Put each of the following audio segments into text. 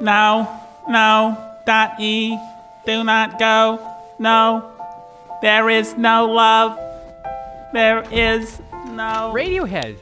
No, no, dot E, do not go. No, there is no love. There is no Radiohead.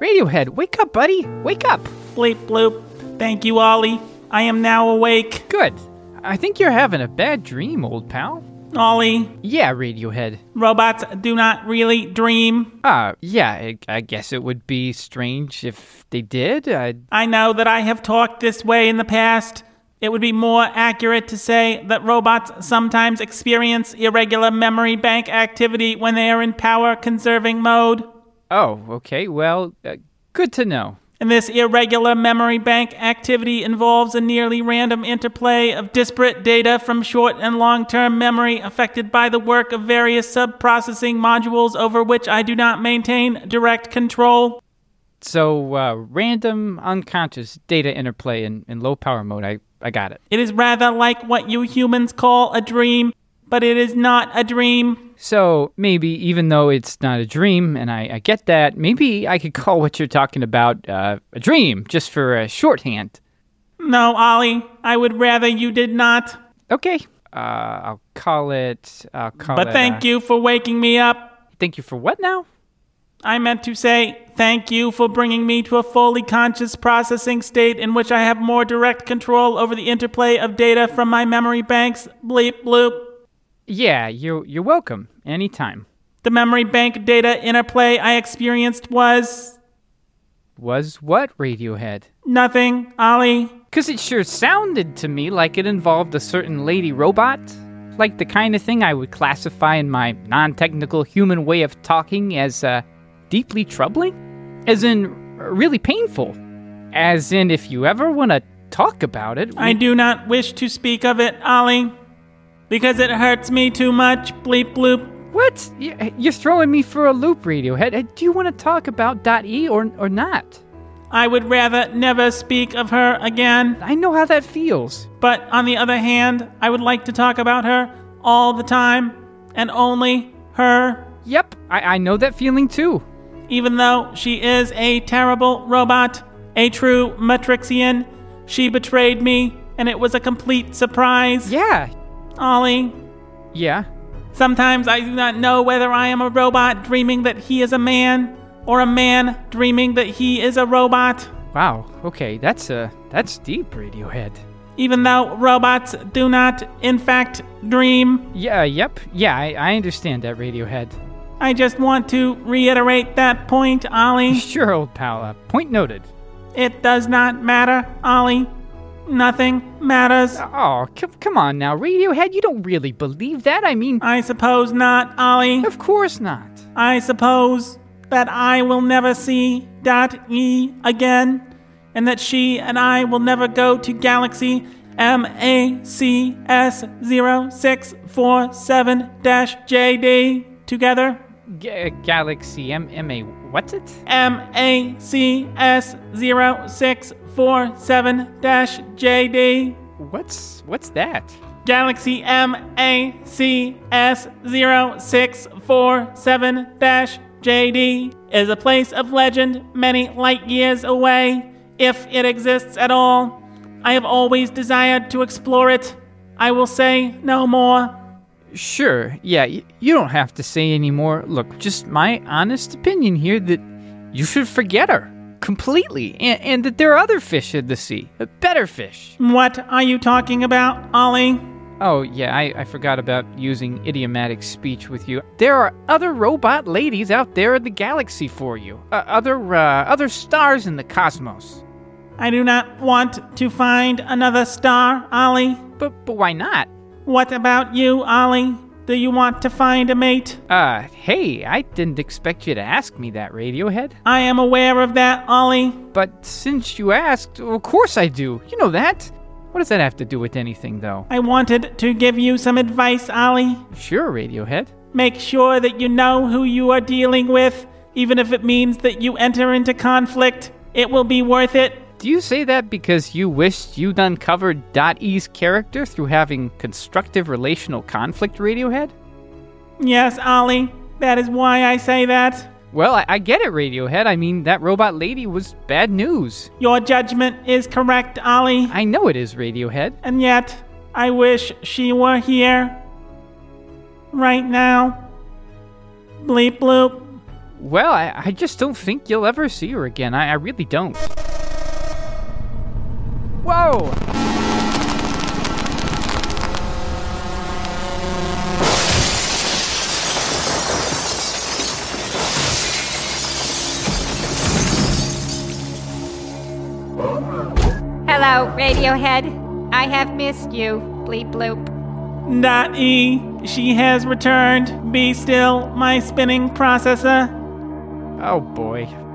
Radiohead, wake up, buddy. Wake up. bleep bloop. Thank you, Ollie. I am now awake. Good. I think you're having a bad dream, old pal. Ollie, Yeah, Radiohead. robots do not really dream. Ah, yeah, I, I guess it would be strange if they did. I, I know that I have talked this way in the past. It would be more accurate to say that robots sometimes experience irregular memory bank activity when they are in power conserving mode. oh, okay, well, uh, good to know. And this irregular memory bank activity involves a nearly random interplay of disparate data from short and long term memory affected by the work of various sub processing modules over which I do not maintain direct control. So, uh, random unconscious data interplay in, in low power mode. I, I got it. It is rather like what you humans call a dream, but it is not a dream. So, maybe even though it's not a dream, and I, I get that, maybe I could call what you're talking about uh, a dream just for a shorthand. No, Ollie, I would rather you did not. Okay. Uh, I'll call it. I'll call But it, uh, thank you for waking me up. Thank you for what now? I meant to say thank you for bringing me to a fully conscious processing state in which I have more direct control over the interplay of data from my memory banks. Bleep bloop. Yeah, you're you're welcome. Anytime. The memory bank data interplay I experienced was Was what Radiohead? nothing, Ollie. Cause it sure sounded to me like it involved a certain lady robot, like the kind of thing I would classify in my non-technical human way of talking as uh, deeply troubling, as in uh, really painful, as in if you ever want to talk about it. I we- do not wish to speak of it, Ollie, because it hurts me too much. Bleep bloop. What? Y- You're throwing me for a loop, Radiohead. Uh, Do you want to talk about Dot E or or not? I would rather never speak of her again. I know how that feels. But on the other hand, I would like to talk about her all the time and only her, Yep, I, I know that feeling too. even though she is a terrible robot, a true Matrixian. She betrayed me, and it was a complete surprise. Yeah, Ollie, yeah. sometimes I do not know whether I am a robot dreaming that he is a man or a man dreaming that he is a robot. Wow. Okay, that's uh, that's deep, Radiohead. Even though robots do not, in fact, dream. Yeah. Yep. Yeah, I, I understand that, Radiohead. I just want to reiterate that point, Ollie. Sure, old pal. Uh, point noted. It does not matter, Ollie. Nothing matters. Oh, c- come on now, Radiohead. You don't really believe that? I mean, I suppose not, Ollie. of course not. I suppose that I will never see Dot E again, and that she and I will never go to Galaxy MACS0647 JD together. G- Galaxy M M A. What's it? MACS0647 JD. What's what's that? Galaxy MACS0647 JD is a place of legend many light years away, if it exists at all. I have always desired to explore it. I will say no more. Sure. Yeah, y- you don't have to say any more. Look, just my honest opinion here that you should forget her completely and, and that there are other fish in the sea, uh, better fish. What are you talking about, Ollie? Oh, yeah, I, I forgot about using idiomatic speech with you. There are other robot ladies out there in the galaxy for you. Uh, other uh, other stars in the cosmos. I do not want to find another star, Ollie. But but why not? What about you, Ollie? Do you want to find a mate? Uh, hey, I didn't expect you to ask me that, Radiohead. I am aware of that, Ollie. But since you asked, of course I do. You know that. What does that have to do with anything, though? I wanted to give you some advice, Ollie. Sure, Radiohead. Make sure that you know who you are dealing with, even if it means that you enter into conflict. It will be worth it. Do you say that because you wished you'd uncovered Dot E's character through having constructive relational conflict, Radiohead? Yes, Ollie, that is why I say that. Well, I, I get it, Radiohead. I mean, that robot lady was bad news. Your judgment is correct, Ollie. I know it is, Radiohead. And yet, I wish she were here. Right now. Bleep bloop. Well, I, I just don't think you'll ever see her again. I, I really don't. Whoa! Hello, Radiohead. I have missed you. Bleep bloop. Dot E. She has returned. Be still, my spinning processor. Oh boy.